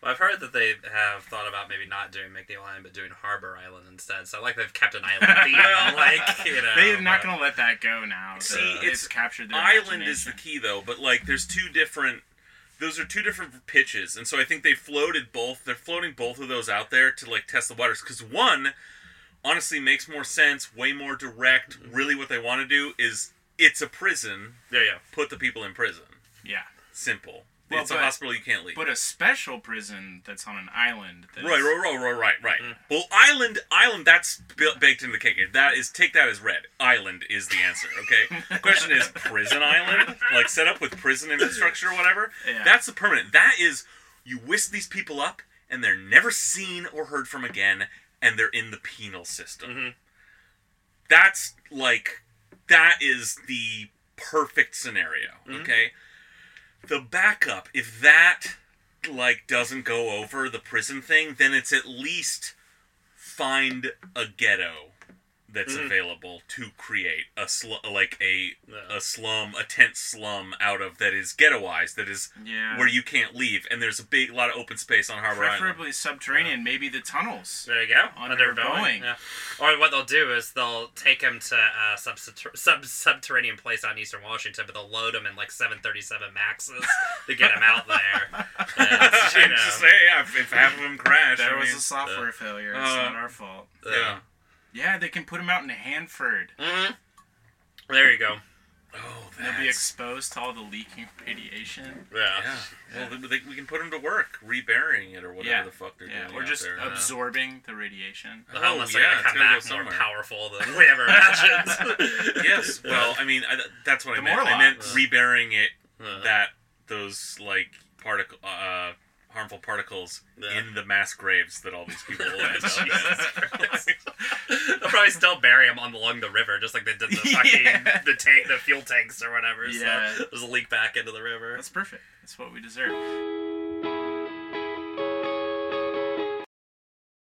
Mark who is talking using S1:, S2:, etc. S1: Well, I've heard that they have thought about maybe not doing McNeil Island, but doing Harbor Island instead. So I like they've kept an island theme. like you know,
S2: They're not
S1: but-
S2: going to let that go now.
S3: See,
S2: The-
S3: it's-
S2: captured their
S3: Island is the
S2: imagination.
S3: key though, but like there's two different those are two different pitches, and so I think they floated both. They're floating both of those out there to like test the waters because one honestly makes more sense, way more direct.
S2: Mm-hmm.
S3: Really, what they want to do is it's a prison.
S1: Yeah, yeah.
S3: Put the people in prison.
S2: Yeah.
S3: Simple.
S2: Well,
S3: it's a
S2: but-
S3: hospital you can't leave.
S2: But a special prison that's on an island. That's,
S3: Right, right, right, right, right, right. Well, island, island. That's built, baked into the cake. That is, take that as red. Island is the answer. Okay. Question is, prison island, like set up with prison infrastructure or whatever.
S2: Yeah.
S3: That's the permanent. That is, you whisk these people up, and they're never seen or heard from again, and they're in the penal system. That's like, that is the perfect scenario. Okay. The backup, if that like doesn't go over the prison thing, then it's at least find a ghetto that's
S2: Mm-hmm.
S3: available to create a sl- like a
S1: Yeah.
S3: a slum, a tent slum out of that is ghettoized, that is
S2: Yeah.
S3: where you can't leave, and there's a big lot of open space on Harbor Island.
S2: Preferably subterranean, maybe the tunnels.
S1: There you go.
S2: Under Boeing.
S1: Yeah. Or what they'll do is they'll take him to a sub- sub- subterranean place on Eastern Washington, but they'll load him in like 737 Maxes to get him out there. And, you know,
S3: Just say, yeah, if, if half of them crash,
S2: There
S3: I
S2: was
S3: mean,
S2: a software failure. It's
S3: uh,
S2: not our fault.
S3: yeah.
S2: Yeah, they can put him out in Hanford.
S1: Mhm. There you go.
S3: Oh,
S2: They'll be
S3: that's-
S2: exposed to all the leaking radiation.
S1: Yeah.
S3: yeah. Well, they, we can put them to work reburying it or whatever
S2: Yeah.
S3: the fuck they're
S2: Yeah,
S3: doing.
S2: or
S3: out
S2: just
S3: there.
S2: absorbing the radiation.
S1: The homeless
S3: Oh,
S1: are
S3: yeah,
S1: gonna
S3: it's
S1: come
S3: gonna
S1: back
S3: go
S1: more
S3: somewhere.
S1: powerful than we ever imagined.
S3: yes. Well, I mean, I, that's what I
S2: The
S3: meant. I
S2: Morlocks.
S1: Uh.
S3: meant reburying it
S1: Yeah.
S3: that those like particle uh, harmful particles
S1: Yeah.
S3: in the mass graves that all these people will end up in.
S1: Jesus Christ. They'll probably still bury him on along the river, just like they did the fucking
S2: Yeah.
S1: the tank, the fuel tanks or whatever.
S2: Yeah.
S1: So there's a leak back into the river.
S2: That's perfect. That's what we deserve.